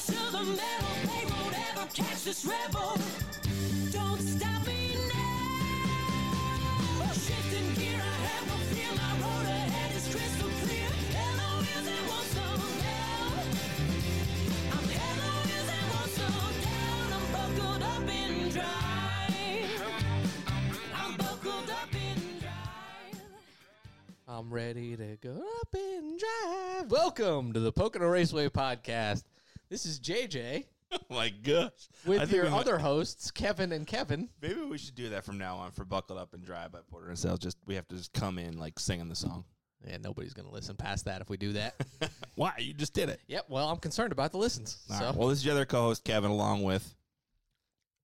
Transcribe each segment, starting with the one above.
metal, they won't ever catch this rebel. Don't stop me now. Shifting gear, I have no fear. My road ahead is crystal clear. Hello, is I want some now. I'm hello, is I want some down. I'm buckled up in drive. I'm buckled up in drive. I'm ready to go up and drive. Welcome to the Pocono Raceway podcast. This is JJ Oh my gosh. I with think your we might- other hosts, Kevin and Kevin. maybe we should do that from now on for Buckle Up and Drive by Porter and Sales. Just we have to just come in like singing the song. Yeah, nobody's going to listen past that if we do that. Why? You just did it. yep, well, I'm concerned about the listens. All so, right. Well, this is your other co host, Kevin, along with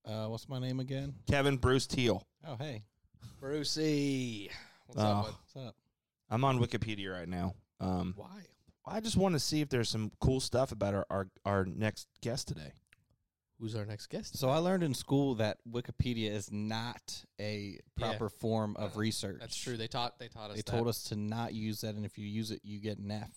Uh, what's my name again? Kevin Bruce Teal. Oh, hey, Brucey. What's up, bud? what's up? I'm on Wikipedia right now. Um, Why? I just want to see if there's some cool stuff about our, our, our next guest today. Who's our next guest? So I learned in school that Wikipedia is not a proper form of research. That's true. They taught they taught us They told us to not use that, and if you use it, you get an F.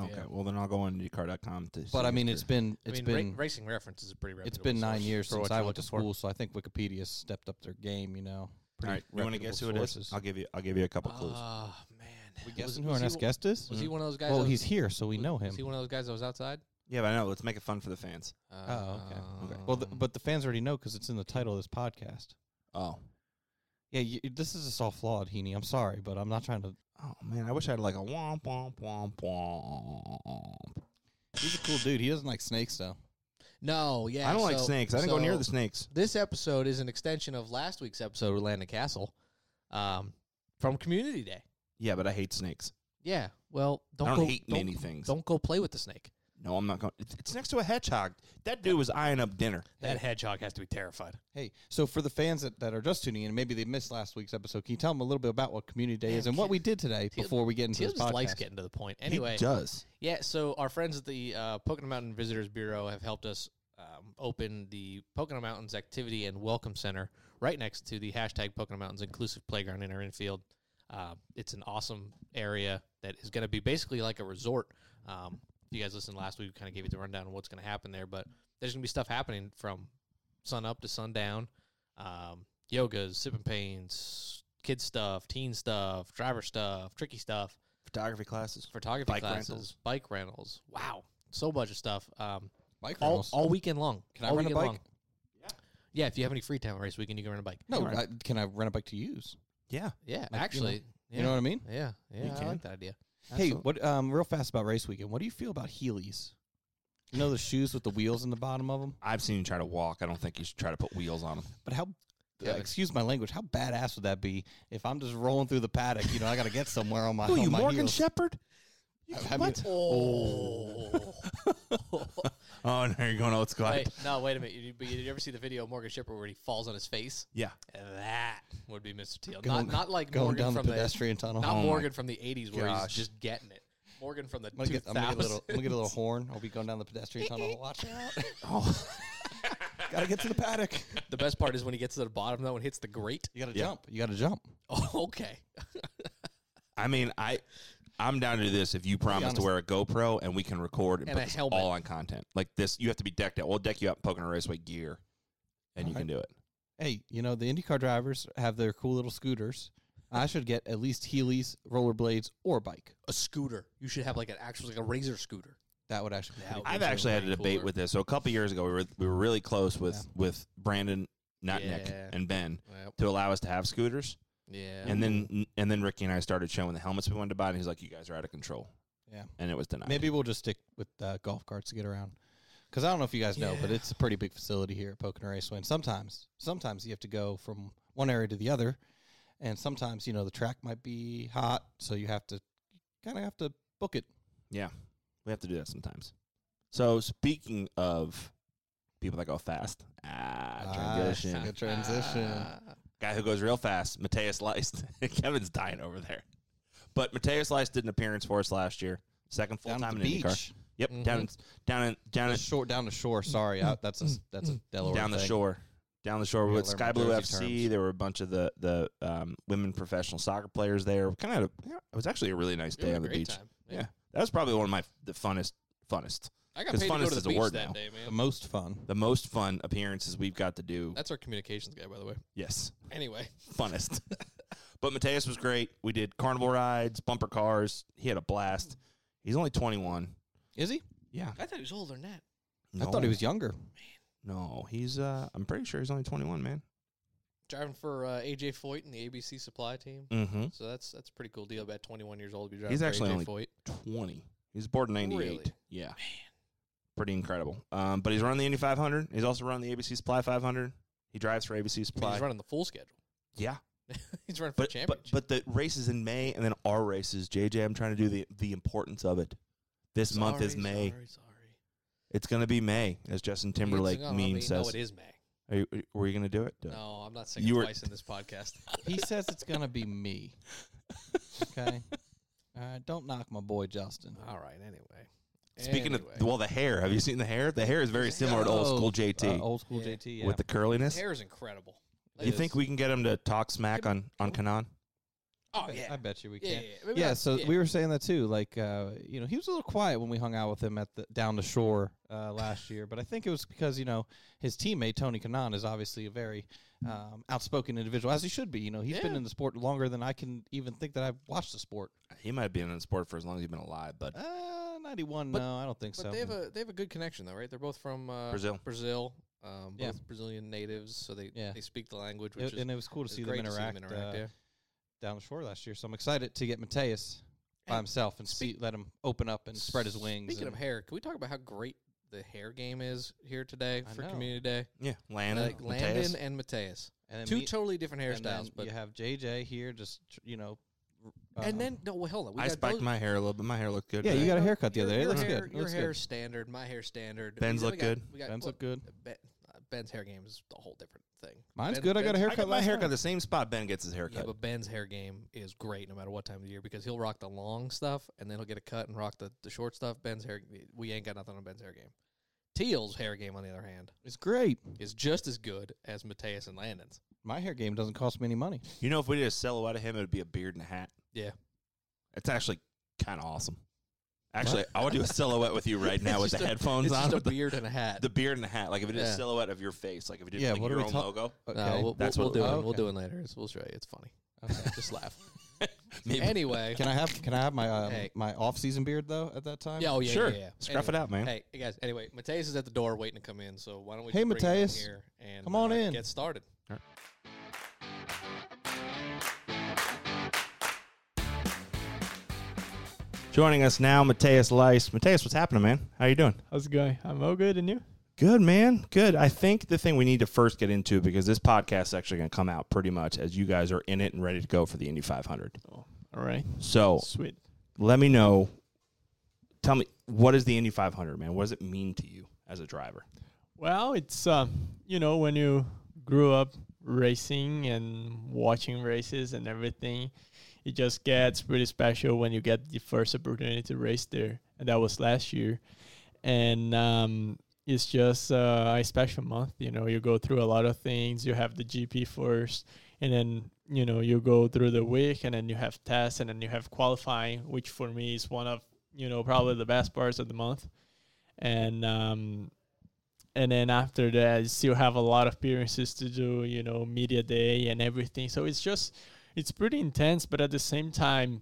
Okay. Yeah. Well, then I'll go on to car.com to But I mean, it's been I it's mean, been ra- racing reference is a pretty it's reputable been nine source years for since what I you're went to looking for. school, so I think Wikipedia stepped up their game. You know, All right. You want to reputable guess who it is? sources. I'll give you I'll give you a couple clues. Oh, man. We Was- guessing who Mm. was our he next one- guest is? Was he one of those guys? Well, that was- he's here, so we was- know Was him. he one of those guys that was outside? Um, Yeah, but I know. Let's make it fun for the fans. Oh, okay. Okay. well, the, but the fans already know because it's in the title of this podcast. Oh. Yeah, you, this is just all flawed, Heaney. I'm sorry, but I'm not trying to. Oh man, I wish I had like a womp womp womp womp. He's a cool dude. He doesn't like snakes though. No, yeah. I don't like so- snakes. I didn't go near so the snakes. This episode is an extension of last week's episode with Landon Castle um, from Community Day. Yeah, but I hate snakes. Yeah. Well, don't, I don't go, hate don't, many things. Don't go play with the snake. No, I'm not going. It's, it's next to a hedgehog. That dude was eyeing up dinner. That hedgehog has to be terrified. Hey, so for the fans that, that are just tuning in, maybe they missed last week's episode. Can you tell them a little bit about what Community Day is and what we did today before we get into Teal this just podcast? likes getting to the point. Anyway, he does. Yeah, so our friends at the uh, Pocono Mountain Visitors Bureau have helped us um, open the Pocono Mountains Activity and Welcome Center right next to the hashtag Pocono Mountains Inclusive Playground in our infield. Uh, it's an awesome area that is going to be basically like a resort. Um, if you guys listened last week, we kind of gave you the rundown on what's going to happen there, but there's going to be stuff happening from sun up to sundown. Um, yogas, sipping pains, kid stuff, teen stuff, driver stuff, tricky stuff Photography classes. photography Bike classes, rentals. bike rentals. Wow, so much of stuff. Um, Bike all, rentals? all weekend long. Can I all rent a weekend bike? Long. Yeah, if you have any free time race weekend, you can rent a bike. No, I, can I rent a bike to use? Yeah. Yeah, actually, yeah. You know what I mean? Yeah, yeah, I can. like that idea. Hey, what? Um, real fast about race weekend. What do you feel about Heelys? You know the shoes with the wheels in the bottom of them. I've seen you try to walk. I don't think you should try to put wheels on them. But how? uh, Kevin. excuse my language. How badass would that be if I'm just rolling through the paddock? You know, I got to get somewhere on my. Who are on you, my Morgan heels. Shepherd? I mean, Oh, Oh, now you're going old school. wait, no, wait a minute. You, but you ever see the video of Morgan Shepherd where he falls on his face? Yeah. That would be Mr. Teal. Going- not, not like going Morgan down the from the pedestrian tunnel. Not Oh my Morgan from the '80s where gosh. he's just getting it. Morgan from the I'm gonna, get, I'm, gonna get a little, 2000s. I'm gonna get a little horn. I'll be going down the pedestrian tunnel. Watch out! gotta get to the paddock. The best part is when he gets to the bottom though and hits the grate. You gotta jump. You gotta jump. Oh, okay. I mean, I I'm down to do this if you promise to honest. wear a GoPro and we can record and, And put a this helmet. all on content. Like this, you have to be decked out. We'll deck you out in Pocono Raceway gear, and you can do it. Hey, you know the IndyCar drivers have their cool little scooters. I should get at least Heelys, rollerblades, or a bike. a scooter. You should have like an actual like a razor scooter. That would actually. Be That pretty would- I've Those are actually had a way debate cooler. with this. So a couple years ago, we were we were really close with with Brandon, not Nick, Yeah. and Ben Yep. to allow us to have scooters. Yeah. And then and then Ricky and I started showing the helmets we wanted to buy, and he's like, "You guys are out of control," yeah. and it was denied. Maybe we'll just stick with uh, golf carts to get around. Because I don't know if you guys know, but it's a pretty big facility here at Pocono Raceway. And sometimes, sometimes you have to go from one area to the other, and sometimes you know the track might be hot, so you have to kind of have to book it. yeah, we have to do that sometimes. So speaking of people that go fast, ah, transition. Good transition. Ah, guy who goes real fast, Mateus Leist. Kevin's dying over there. But Mateus Leist did an appearance for us last year. Second full Down at time in the IndyCar. beach. Yep, down in- down in, down in, Short down the shore. Sorry, I, that's a that's a Delaware down the thing. shore. Down the shore with learn Sky my Blue Jersey FC. terms. There were a bunch of the the um, women professional soccer players there. Kind of, it was actually a really nice day had on a the great beach. time. Yeah. Yeah. that was probably one of my the funnest funnest I got 'Cause paid to go funnest to is the a beach word that now. day, The man. most fun. The most fun appearances we've got to do. That's our communications guy, by the way. Yes, Anyway, funnest. but Mateus was great. We did carnival rides, bumper cars. He had a blast. He's only 21. Is he? Yeah. I thought he was older than that. I thought he was younger. No, he's. uh I'm pretty sure he's only 21, man. Driving for uh, AJ Foyt and the ABC Supply Team, Mm-hmm. so that's that's a pretty cool deal. About 21 years old, to be driving He's for actually AJ only- Foyt. 20. He's born in 98. Really? Yeah. Man. Pretty incredible. Um, but he's running the Indy 500. He's also running the ABC Supply 500. He drives for ABC I mean, Supply. he's running the full schedule. yeah. he's running for But, but championship. but the race is in May, and then our race is JJ. I'm trying to do the, the importance of it. This month is Sorry, May. Sorry, sorry. It's going to be May, as Justin Timberlake It's- no, I meme mean, says. No, it is May. Are you, were you going to do it? No, I'm not singing You were- twice in this podcast. He says it's gonna be me. Okay. All right. Don't knock my boy Justin. All right. Anyway. Speaking Anyway. of well, the hair. Have you seen the hair? The hair is very similar to old Oh, school JT uh, old school Yeah. JT. Yeah. with the curliness. hair is incredible. you think we can get him to talk smack on on Kanan? Oh I bet- yeah. I bet you we yeah, yeah, can. yeah. Maybe Yeah, not- so yeah. we were saying that too. Like, uh, you know, he was a little quiet when we hung out with him at the down the shore uh, last year, but I think it was because you know his teammate Tony Kanon is obviously a very um, outspoken individual, as he should be. You know, he's been Yeah. in the sport longer than I can even think that I've watched the sport. He might have been in the sport for as long as he's been alive, but Uh, ninety one? But- No, I don't think But so. they have a they have a good connection though, right? They're both from uh, Brazil. Brazil. Um, both Yeah. Brazilian natives, so they Yeah. they speak the language, which It- is and it was cool to it's see them great interact, to see them interact. uh, yeah. down the shore last year. So I'm excited to get Mateus by And himself and see, speak- let him open up and spread his wings. Speaking and- of hair, can we talk about how great the hair game is here today I for know. Community Day? yeah, Landon, like Landon Mateus. and Mateus, and then two me- totally different and then hairstyles, but you have JJ here, just tr- you know, r- um, and then no, well, hold on, we I got spiked those- my hair a little bit. My hair looked good. Yeah, you today. got a haircut the Your- other day. It your looks hair- good. It Your looks hair's good. standard. My hair standard. Ben's We look got- good. We got, Ben's well, look good. Ben, uh, Ben's hair game is a whole different thing. Mine's Ben- good. I got a Ben's- I got haircut my last haircut night. the same spot Ben gets his haircut. Yeah, but Ben's hair game is great no matter what time of the year because he'll rock the long stuff and then he'll get a cut and rock the, the short stuff. Ben's hair, we ain't got nothing on Ben's hair game. Teal's hair game, on the other hand, It's great. is just as good as Mateus and Landon's. My hair game doesn't cost me any money. you know, if we did a silhouette of him, it would be a beard and a hat. Yeah. It's actually kind of awesome. Actually, I would do a silhouette with you right It's now with the just a- headphones it's on, just a with the, beard and a hat. the beard and the hat. Like if it did a Yeah. silhouette of your face, like if it did Yeah, like what are your we own talk- logo. Okay. No, we'll, That's we'll, what we'll do we'll- it. We'll okay. do it later. It's- We'll show you. It's funny. Okay. Just laugh. Maybe. anyway. Can I have Can I have my um, Hey. my off season beard though? At that time, Yeah, oh, yeah, sure. yeah, yeah. Scruff Anyway. it out, man. Hey, hey, guys. Anyway, Mateus is at the door waiting to come in. So why don't we? Hey, just bring him in Mateus. here and Come on uh, in. Get started. Joining us now, Mateus Lice. Mateus, what's happening, man? How you doing? How's it going? I'm all good, and you? Good, man. Good. I think the thing we need to first get into because this podcast is actually going to come out pretty much as you guys are in it and ready to go for the Indy 500. All right, So sweet. let me know. Tell me, what is the Indy 500, man? What does it mean to you as a driver? Well, it's uh, you know when you grew up racing and watching races and everything, it just gets pretty special when you get the first opportunity to race there, and that was last year. And um, it's just uh, a special month. You know, you go through a lot of things. You have the GP first, and then you know you go through the week, and then you have tests, and then you have qualifying, which for me is one of you know probably the best parts of the month. And um, and then after that you still have a lot of appearances to do you know media day and everything so it's just it's pretty intense but at the same time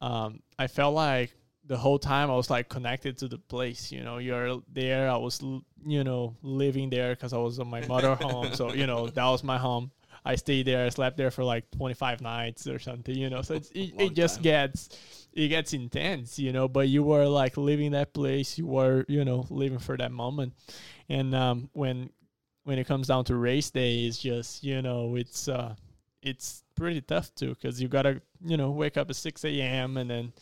um, i felt like the whole time i was like connected to the place you know you're there i was l- you know living there because i was on my mother home so you know that was my home i stayed there i slept there for like 25 nights or something you know so it's, it, Long it just time. gets it gets intense you know but you were like living that place you were you know living for that moment and um, when when it comes down to race day, it's just you know it's uh, it's pretty tough too because you gotta you know wake up at six a.m. and then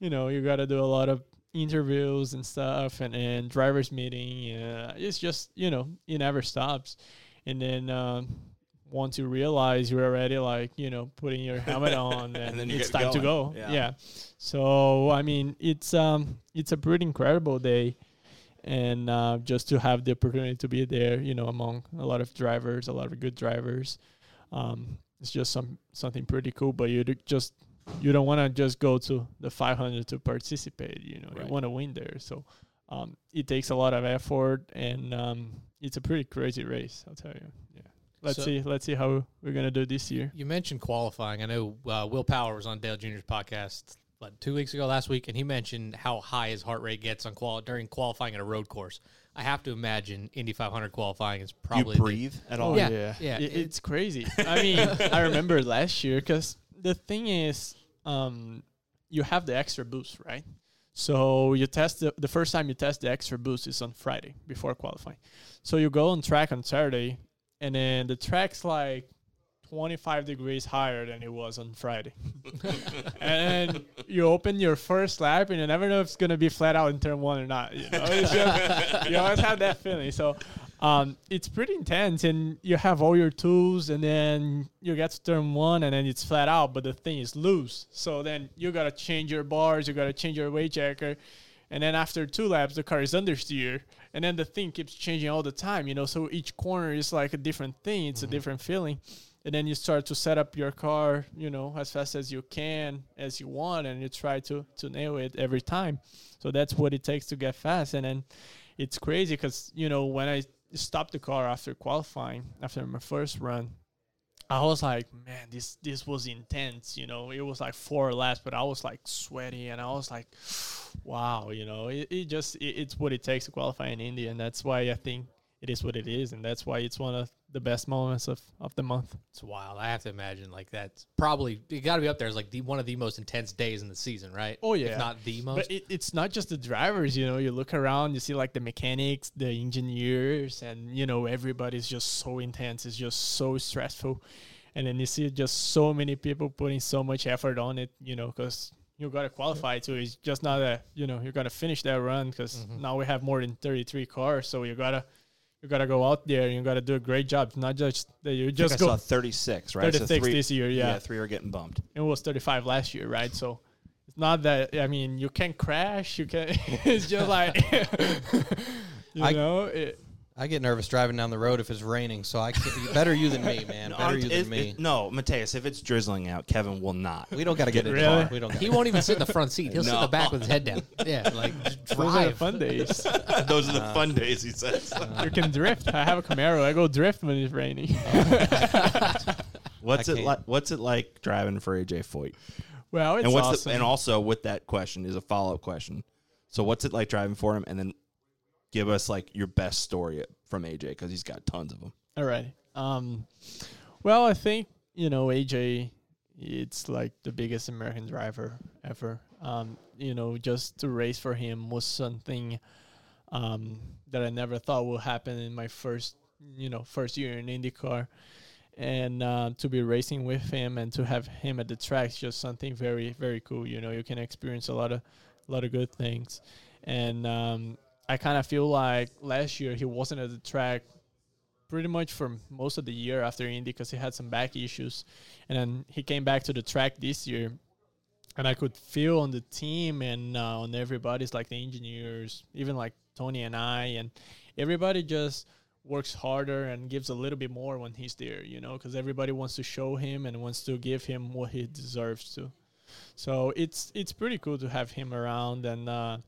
you know you gotta do a lot of interviews and stuff and, and drivers meeting. Uh, it's just you know it never stops, and then. Um, once you realize you're already like you know putting your helmet on and, And then you it's get time to going. go Yeah. yeah so i mean it's um it's a pretty incredible day and uh, just to have the opportunity to be there, you know, among a lot of drivers, a lot of good drivers, um, it's just some something pretty cool. But you do just you don't want to just go to the 500 to participate. You know, Right. you want to win there. So um, it takes a lot of effort, and um, it's a pretty crazy race. I'll tell you. Yeah. Let's So- see. Let's see how we're gonna do this year. You mentioned qualifying. I know uh, Will Power was on Dale Jr.'s podcast but two weeks ago last week, and he mentioned how high his heart rate gets on qual during qualifying at a road course. I have to imagine Indy 500 qualifying is Do you probably the- breathe at all? Oh Yeah, yeah, yeah, I- it- it's crazy. I mean, I remember last year because the thing is, um, you have the extra boost, right? So you test the, the first time you test the extra boost is on Friday before qualifying. So you go on track on Saturday, and then the track's like 25 degrees higher than it was on Friday. and then you open your first lap, and you never know if it's gonna be flat out in turn one or not. You know, It's just- you always have that feeling. So um, it's pretty intense, and you have all your tools, and then you get to turn one, and then it's flat out, but the thing is loose. So then you gotta change your bars, you gotta change your weight checker, and then after two laps, the car is understeer, and then the thing keeps changing all the time. You know, so each corner is like a different thing. It's a different feeling. And then you start to set up your car, you know, as fast as you can, as you want, and you try to to nail it every time. So that's what it takes to get fast. And then it's crazy because you know when I stopped the car after qualifying, after my first run, I was like, man, this this was intense. You know, it was like four laps, but I was like sweaty, and I was like, wow, you know, it, it just it, it's what it takes to qualify in India, and that's why I think it is what it is, and that's why it's one of the best moments of of the month. It's wild. I have to imagine like that's probably it got to be up there as like the one of the most intense days in the season, right? Oh, if yeah. not the most. But it, it's not just the drivers, you know. You look around, you see like the mechanics, the engineers, and you know everybody's just so intense. It's just so stressful, and then you see just so many people putting so much effort on it, you know, because you gotta qualify too. It's just not a you know you gotta finish that run because Mm-hmm. now we have more than thirty three cars, so you gotta you gotta go out there and you gotta do a great job. It's not just that you I think just I go. saw 36, right? 36 this year, yeah. Yeah, three are getting bumped. it was 35 last year, right? So it's not that I mean you can crash, you can. it's just like you I- know. It, I get nervous driving down the road if it's raining, so I can't. better you than me, man. better you If- than me. if- no, Mateus, if it's drizzling out, Kevin will not. we don't got to get in the Really? car. We don't. Gotta he won't even sit in the front seat. He'll sit in the No. back with his head down. Yeah, like just those are the drive. fun days. Those are the fun days, he says. you can drift. I have a Camaro. I go drift when it's raining. What's I it can't. like? What's it like driving for AJ Foyt? well, it's And what's awesome. the, and also with that question is a follow up question. So what's it like driving for him? And then give us like your best story from AJ because he's got tons of them. All right. Um, well, I think you know AJ. It's like the biggest American driver ever. Um, you know, just to race for him was something um, that I never thought would happen in my first, you know, first year in IndyCar, and uh, to be racing with him and to have him at the track is just something very, very cool. You know, you can experience a lot of, a lot of good things, and um, I kind of feel like last year he wasn't at the track pretty much for m- most of the year after Indy because he had some back issues, and then he came back to the track this year, and I could feel on the team and uh, on everybody's like the engineers, even like Tony and I, and everybody just works harder and gives a little bit more when he's there, you know, because everybody wants to show him and wants to give him what he deserves to. So it's it's pretty cool to have him around and. Uh,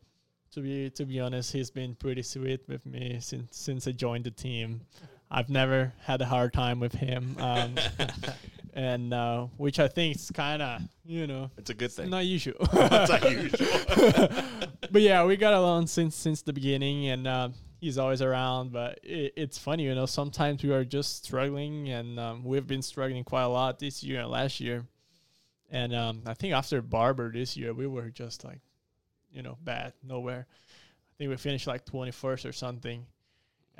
to be to be honest, he's been pretty sweet with me since since I joined the team. I've never had a hard time with him, um, and uh, which I think is kind of you know It's a good thing. not usual. That's not usual. but yeah, we got along since since the beginning, and uh, he's always around. But it, it's funny, you know. Sometimes we are just struggling, and um, we've been struggling quite a lot this year and last year. And um, I think after Barber this year, we were just like, you know, bad nowhere. I think we finished like twenty first or something.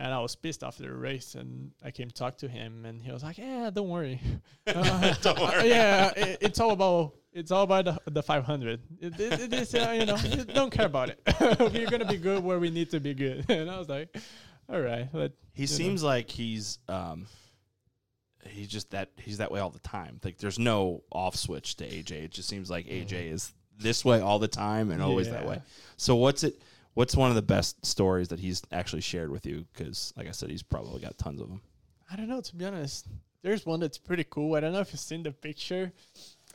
And I was pissed after the race, and I came talk to him, and he was like, "Yeah, don't worry, Uh, Don't worry. yeah, it, it's all about it's all about the, the 500. It, it, it is, uh, you know, you don't care about it. We're gonna be good where we need to be good. And I was like, all right, but He seems like he's um he's just that he's that way all the time. Like there's no off switch to AJ. It just seems like AJ is this way all the time and always that Mm-hmm. Yeah. way. So what's it what's one of the best stories that he's actually shared with you cuz like I said he's probably got tons of them. I don't know. To be honest, there's one that's pretty cool. I don't know if you've seen the picture.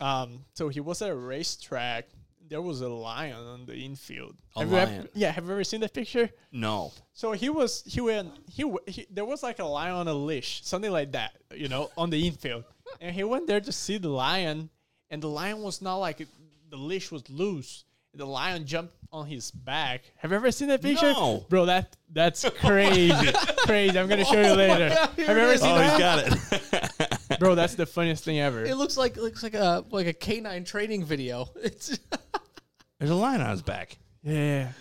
Um, so he was at a racetrack. They- there was a lion on the infield. A have you ev- lion. yeah, have you ever seen that picture? No. So he was he went he, w- he there was like a lion on a leash, something like that, you know, on the infield. And he went there to see the lion, and the lion was not like the leash was loose. The lion jumped on his back. Have you ever seen that picture, No. bro? That that's crazy, crazy. I'm gonna show you later. have you ever seen Oh, he's that, got it. bro? That's the funniest thing ever. It looks like looks like a like a canine training video. It's There's a line on his back. yeah,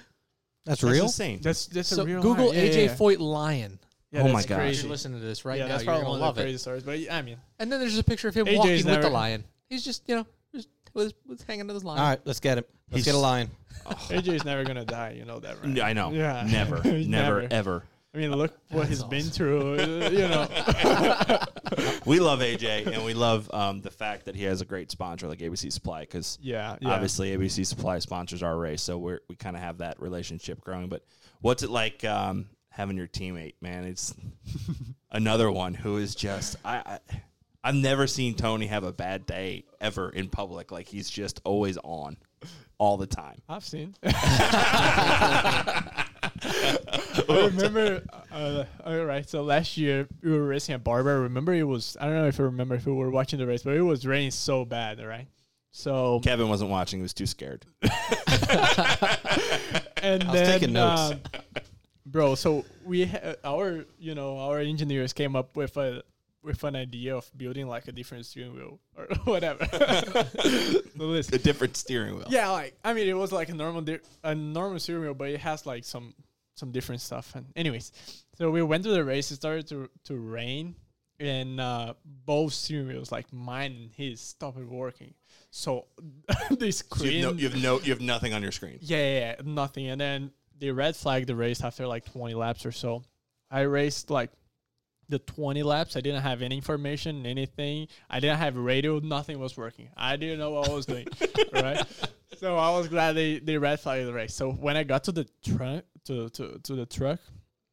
That's That's real. insane. that's that's so a real Google lion. Yeah, AJ yeah, yeah. Foyt lion. Yeah, Oh that's my gosh. If crazy. you're listening to this right yeah, now, that's you're probably gonna one of love the it. crazy stories. But I mean, And then there's just a picture of him AJ is walking with the never- lion. He's just you know just with, with hanging to his lion. All right, let's get him. Let's He's- get a line. AJ is never gonna die. You know that, right? I know. Yeah. Never, never, Never. ever. I mean, look what he's been through. uh, You know, We love AJ, and we love um, the fact that he has a great sponsor like ABC Supply because yeah, yeah. obviously ABC Supply sponsors our race, so we're, we kind of have that relationship growing. But what's it like um, having your teammate, man? It's another one who is just I, I I've never seen Tony have a bad day ever in public. Like he's just always on all the time. I've seen. I remember. Uh, all right, so last year we were racing at Barber. Remember, it was I don't know if you remember if we were watching the race, but it was raining so bad. All right, so Kevin wasn't watching; he was too scared. and was then, taking notes. um, bro. So we ha- our you know our engineers came up with a with an idea of building like a different steering wheel or whatever. so listen, A different steering wheel. Yeah, like I mean, it was like a normal di- a normal cereal, but it has like some some different stuff. And anyways, so we went to the race. It started to to rain, and uh, both cereals, like mine and his, stopped working. So the So screen, you have, no, you have no, you have nothing on your screen. yeah, yeah, yeah, nothing. And then they red flagged the race after like 20 laps or so. I raced like the 20 laps. I didn't have any information, anything. I didn't have radio. Nothing was working. I didn't know what I was doing. right. So I was glad they, they red flagged the race. So when I got to the truck, to, to, to the truck,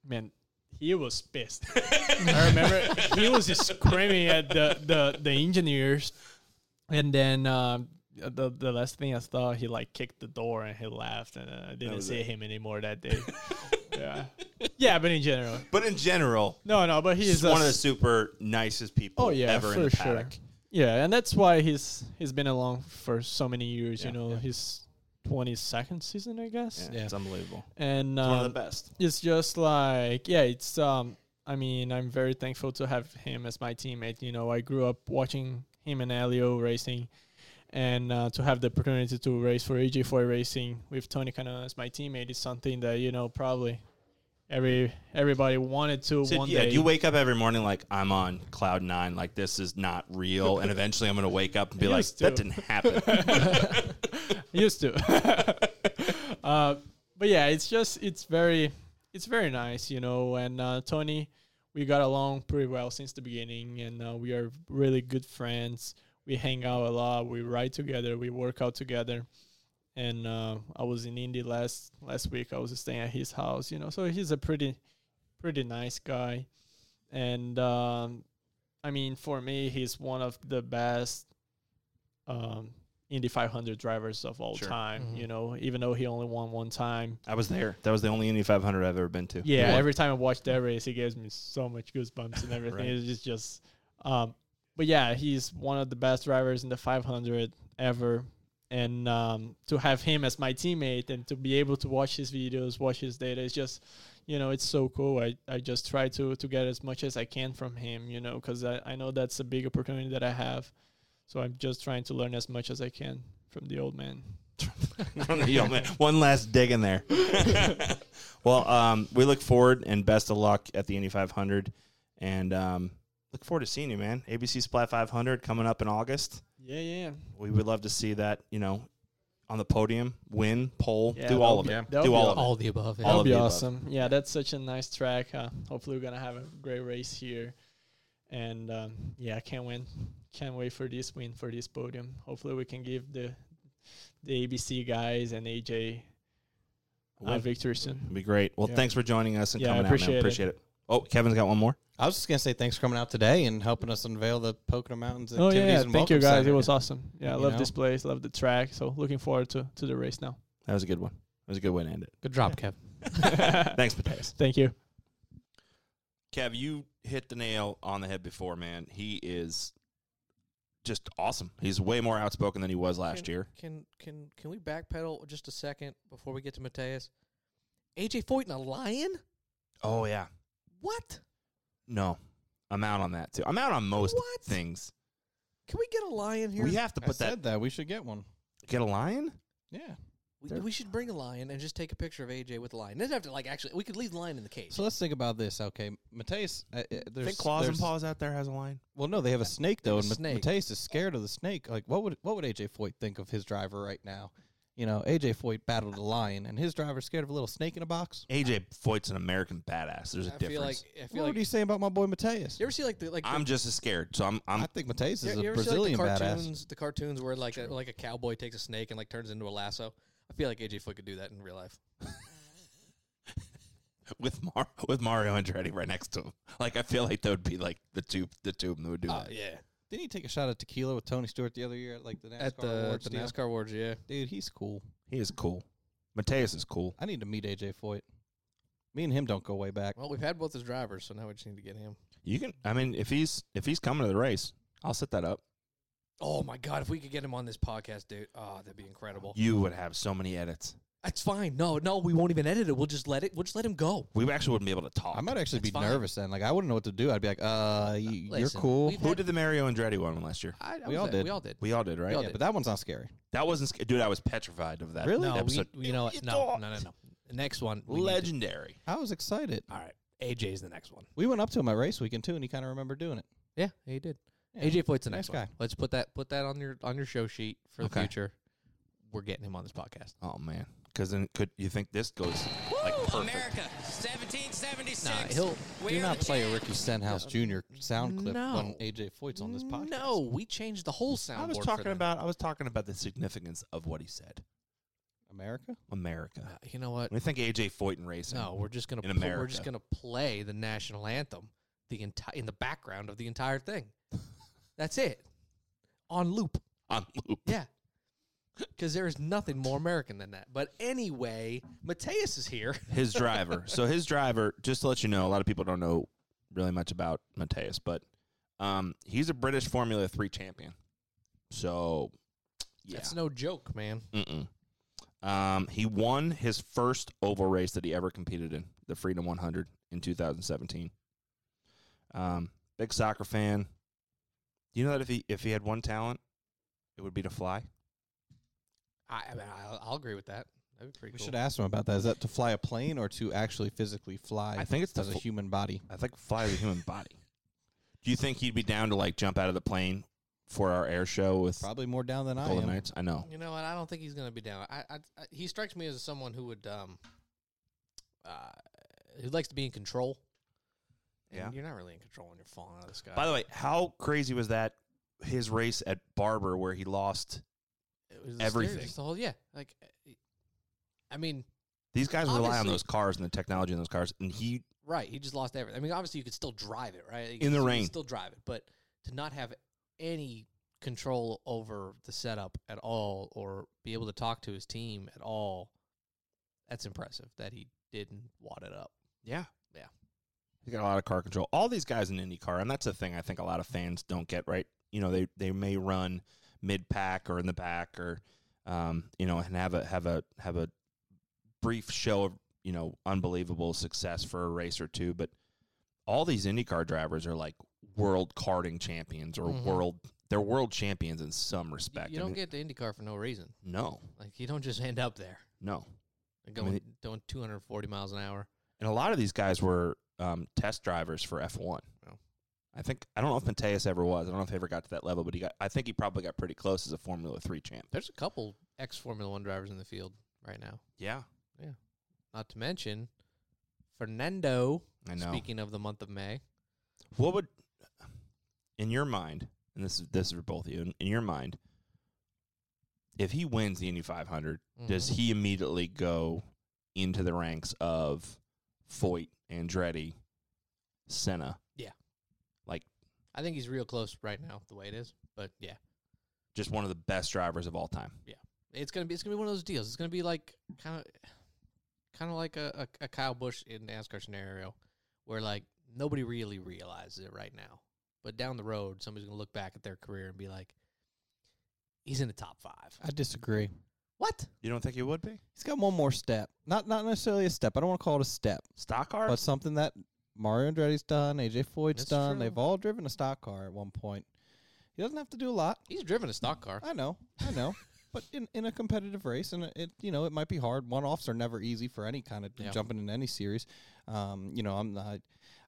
man, he was pissed. I remember he was just screaming at the, the, the engineers. And then um, the the last thing I saw, he like kicked the door and he left, and uh, I didn't was see it. him anymore that day. yeah, yeah, but in general, But in general, no, no, but he's he's one of the super nicest people oh yeah ever for in the sure. paddock. Yeah, and that's why he's he's been along for so many years. Yeah, you know, yeah. his twenty second season, I guess, Yeah, It's unbelievable. and It's um, one of the best. it's just like yeah it's um i mean i'm very thankful to have him as my teammate you know i grew up watching him and elio racing and uh, to have the opportunity to race for aj4 racing with tony Cano as my teammate is something that you know probably every everybody wanted to So, one yeah, day do you wake up every morning like I'm on cloud nine, like this is not real, and eventually I'm gonna wake up and be like, used to. that didn't happen. used to uh, but yeah it's just it's very it's very nice you know and uh, tony we got along pretty well since the beginning and uh, we are really good friends we hang out a lot we ride together we work out together and uh, i was in indy last last week i was staying at his house you know so he's a pretty pretty nice guy and um, i mean for me he's one of the best um, indy 500 drivers of all Sure. time Mhm. you know even though he only won one time I was there. That was the only Indy 500 I've ever been to. yeah, One. every time I watch that race, he gives me so much goosebumps and everything. Right. It's just, just, um, but yeah, he's one of the best drivers in the 500 ever. And um, to have him as my teammate and to be able to watch his videos, watch his data, it's just, you know, it's so cool. I, I just try to, to get as much as I can from him, you know, because I, I know that's a big opportunity that I have. So I'm just trying to learn as much as I can from the old man. Yo, man, one last dig in there. well, um, we look forward and best of luck at the Indy 500, and um, look forward to seeing you, man. ABC Supply 500 coming up in August. Yeah, yeah. We would love to see that. You know, on the podium, win, pole, Yeah, do all of it. yeah. Do all of it. All the above. All That'll of be the above. awesome. Yeah, that's such a nice track. Uh, hopefully, we're gonna have a great race here, and um, yeah, I can't win. Can't wait for this win for this podium. Hopefully, we can give the the ABC guys and AJ a Win. victory soon. It'd be great. Well, Yeah. thanks for joining us and Yeah, coming I out, man. appreciate it. Appreciate it. Oh, Kevin's got one more. I was just gonna say thanks for coming out today and helping us unveil the Pocono Mountains Oh activities. yeah, and thank you Welcome guys. It Center. was awesome. Yeah, I You love know? this place, love the track. So looking forward to to the race now. That was a good one. That was a good way to end it. Good drop, Kev. Thanks, Mateus. Thank you. Kev, you hit the nail on the head before, man. He is just awesome. He's way more outspoken than he was last Can- year. Can can can we backpedal just a second before we get to Mateus? AJ Foyt and a lion? Oh yeah. What? No, I'm out on that too. I'm out on most What? things. Can we get a lion here? We have to I put that. said that we should get one. Get a lion? Yeah. We, There- we should bring a lion and just take a picture of AJ with a lion. Doesn't have to like actually. We could leave the lion in the cage. So let's think about this. Okay, Mateus, uh, uh, there's Think claws and there's- paws out there has a lion. Well, no, they have a snake though, have a and Ma- snake. Mateus is scared of the snake. Like, what would what would AJ Foyt think of his driver right now? You know, AJ Foyt battled a lion, and his driver's scared of a little snake in a box. AJ Foyt's an American badass. There's a I difference. feel like I What feel like. are you saying about my boy Mateus? You ever see like the like the- I'm just as scared. So I'm. I'm I think Mateus you- is you a ever see, Brazilian like, the badass. cartoons, The cartoons where like a, like a cowboy takes a snake and like turns it into a lasso. I feel like AJ Foyt could do that in real life. with Mar- with Mario Andretti right next to him. Like I feel like that would be like the two the two of them that would do Oh that. yeah, Didn't he take a shot at tequila with Tony Stewart the other year at like the NASCAR at the, awards? the deal? NASCAR awards. Yeah, Dude, he's cool. He is cool. Mateus is cool. I need to meet AJ Foyt. Me and him don't go way back. Well, we've had both as drivers, so now we just need to get him. You can. I mean, if he's if he's coming to the race, I'll set that up. Oh my god, if we could get him on this podcast, dude, oh, that'd be incredible. You would have so many edits. That's fine. No, no, we won't even edit it. We'll just let it. We'll just let him go. We actually wouldn't be able to talk. I might actually That's be fine. nervous then. Like I wouldn't know what to do. I'd be like, uh, y- you're Listen, cool. we've Who had- did the Mario Andretti one last year? I, I We was all at- did. We all did. We all did, right? We all Yeah, did. but that one's not scary. That wasn't sc- dude. I was petrified of that. Really? No, we, episode. you know what? No, no, no, no. The next one. we need to- legendary. I was excited. all right. AJ's the next one. We went up to him at race weekend too, and he kind of remembered doing it. Yeah, he did. Yeah. AJ Foyt's the Nice next one. guy. Let's put that put that on your on your show sheet for the Okay. future. We're getting him on this podcast. Oh man, because then could you think this goes like perfect? America, 1776. Nah, he'll- We're Do not the play a champs. Ricky Stenhouse Jr. sound clip No. on AJ Foyt's on this podcast. No, we changed the whole sound. I was talking about I was talking about the significance of what he said. America. America. You know what? When I think AJ Foyton racing. Uh, No, we're just gonna in pl- we're just America. gonna play the national anthem the entire in the background of the entire thing. That's it, on loop. on loop. Yeah, because there is nothing more American than that. But anyway, Mateus is here. His driver. so his driver. Just to let you know, a lot of people don't know really much about Mateus, but um, he's a British Formula Three champion. So yeah, That's no joke, man. Mm-mm. Um, he won his first oval race that he ever competed in, the Freedom 100 in 2017. Um, big soccer fan. You know that if he if he had one talent, it would be to fly. I, I mean, I'll, I'll agree with that. That'd be pretty We cool. should ask him about that. Is that to fly a plane or to actually physically fly? I think it's to as a fl- human body. I think fly is a human body. Do you think he'd be down to like jump out of the plane for our air show with Probably more down than I Golden am. Knights? I know. You know what? I don't think he's going to be down. I, I, I he strikes me as someone who would um uh who likes to be in control. And Yeah. you're not really in control when you're falling out of the sky. By the way, how crazy was that? His race at Barber where he lost. It was the everything. stairs, the whole yeah, like uh, I mean, These guys rely on Obviously- those cars and the technology in those cars, and he right? He just lost everything. I mean, obviously you could still drive it, right? You could still- the you could rain. still drive it, but to not have any control over the setup at all, or be able to talk to his team at all, that's impressive. That he didn't wad it up. Yeah. Yeah. He's got a lot of car control. All these guys in IndyCar, and that's the thing I think a lot of fans don't get right. You know, they they may run mid pack or in the back or um, you know, and have a have a have a brief show of, you know, unbelievable success for a race or two, but all these IndyCar drivers are like world karting champions or Mhm. world they're world champions in some You, respect. you I don't mean, get the IndyCar for no reason. no, Like you don't just end up there no. and I going mean, doing 240 miles an hour. and a lot of these guys were um, test drivers for F one. Oh. I think I don't know if Mateus ever was. I don't know if he ever got to that level, but he got. I think he probably got pretty close as a Formula Three champ. There's a couple ex Formula One drivers in the field right now. Yeah, Not to mention Fernando. I know. Speaking of the month of May, What would, in your mind, and this is this is for both of you, in, in your mind, if he wins the Indy 500, does Mhm. he immediately go into the ranks of Foyt, Andretti, Senna. Yeah. Like I think he's real close right now, the way it is. But yeah, just one of the best drivers of all time. it's gonna be it's gonna be one of those deals. It's gonna be like kind of kind of like a, a, a Kyle Bush in NASCAR scenario, where like nobody really realizes it right now, but down the road somebody's gonna look back at their career and be like, he's in the top five. I disagree. What? You don't think he would be? He's got one more step. Not not necessarily a step. I don't want to call it a step, Stock car? but something that Mario Andretti's done, AJ Foyt's That's done. true. They've all driven a stock car at one point. He doesn't have to do a lot. He's driven a stock car. I know, I know. but in, in a competitive race, and it you know it might be hard. One offs are never easy for any kind of Yeah. jumping in any series. Um, you know, I'm not.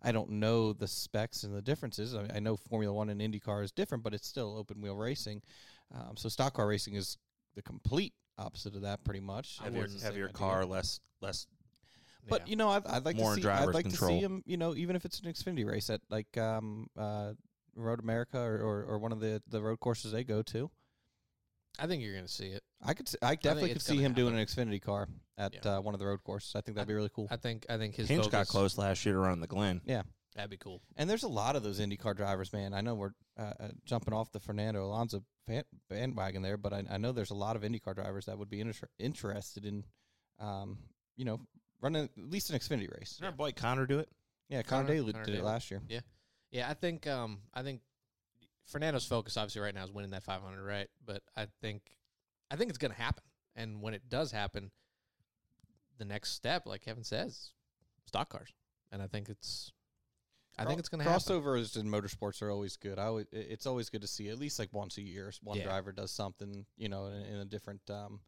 I don't know the specs and the differences. I, I know Formula One and IndyCar is different, but it's still open wheel racing. Um, so stock car racing is the complete opposite of that, pretty much. I It's heavier wouldn't the same heavier idea. car, less less But Yeah. you know, I'd, I'd like More to in see. I'd driver's like to control. see him. You know, even if it's an Xfinity race at like um, uh, Road America or, or, or one of the, the road courses they go to. I think you're gonna see it. I could, s- I definitely could it's see gonna him doing an Xfinity car at Yeah. uh, one of the road courses. I think that'd be really cool. I think I think his Hinch got focus- close last year to running the Glen. That'd be cool. and there's a lot of those IndyCar drivers, man. I know we're uh, uh, jumping off the Fernando Alonso fan- bandwagon there, but I, I know there's a lot of IndyCar drivers that would be inter- interested in, um, you know, running at least an Xfinity race. Didn't our boy Connor do it? Yeah, Connor, Connor- Daly Connor did Daly. it last year. Yeah, I think um I think Fernando's focus obviously right now is winning that 500, right? But I think I think it's going to happen. And when it does happen, the next step, like Kevin says, stock cars. And I think it's I think it's going to happen. Crossovers in motorsports are always good. I always, i- it's always good to see at least like once a year, one Yeah. driver does something, you know, in, in a different um,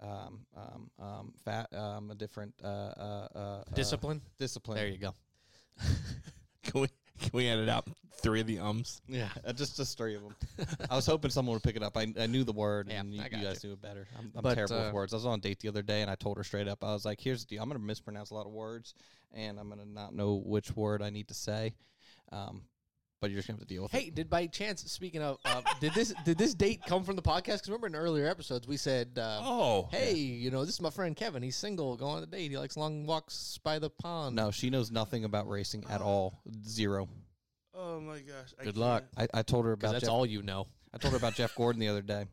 um, um, um, fat, um, a different uh, uh, uh, uh, Discipline. discipline. there you go. Can we can we edit out three of the ums? Yeah, uh, just just three of them. I was hoping someone would pick it up. I, I knew the word, Yeah, and you, I you got guys knew it better. I'm, I'm But, terrible uh, with words. I was on a date the other day, and I told her straight up, I was like, "Here's the deal. I'm going to mispronounce a lot of words, and I'm going to not know which word I need to say." Um, but you're just going to have to deal with it. Hey, did by chance speaking of uh, did this did this date come from the podcast? Cuz remember in earlier episodes we said uh, Oh. Hey, you know, this is my friend Kevin. He's single, going on a date. He likes long walks by the pond. No, she knows nothing about racing at all. Zero. Oh my gosh. Good luck. I, I told her 'Cause about that's Jeff, all you know. I told her about Jeff Gordon the other day,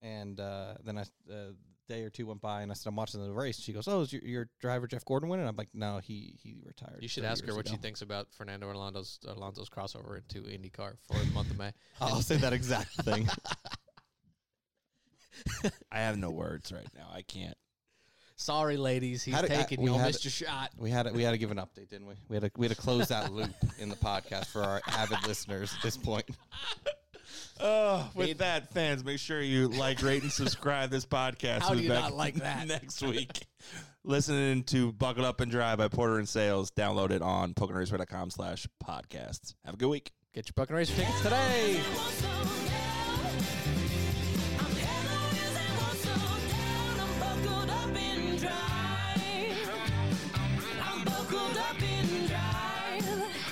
and uh, then I uh, day or two went by, and I said I'm watching the race. She goes, "Oh, is your, your driver Jeff Gordon winning?" I'm like, "No, he he retired." You should 30 ask her years what she ago." thinks about Fernando Alonso's Alonso's crossover into IndyCar for the month of May. I'll say that exact thing. I have no words right now. I can't. Sorry, ladies, he's How did- I- taking we you had missed your shot. We had to, we had to give an update, didn't we? We had to we had to close that loop in the podcast for our avid listeners at this point. Oh, with that, fans, make sure you like, rate, and subscribe this podcast. How do We'll be you back not like that? next week? Listening to Buckle Up and Drive by Porter and Sales. Download it on PokerRaceway.com slash podcasts. Have a good week. Get your buck and race tickets today. I'm buckled up in drive.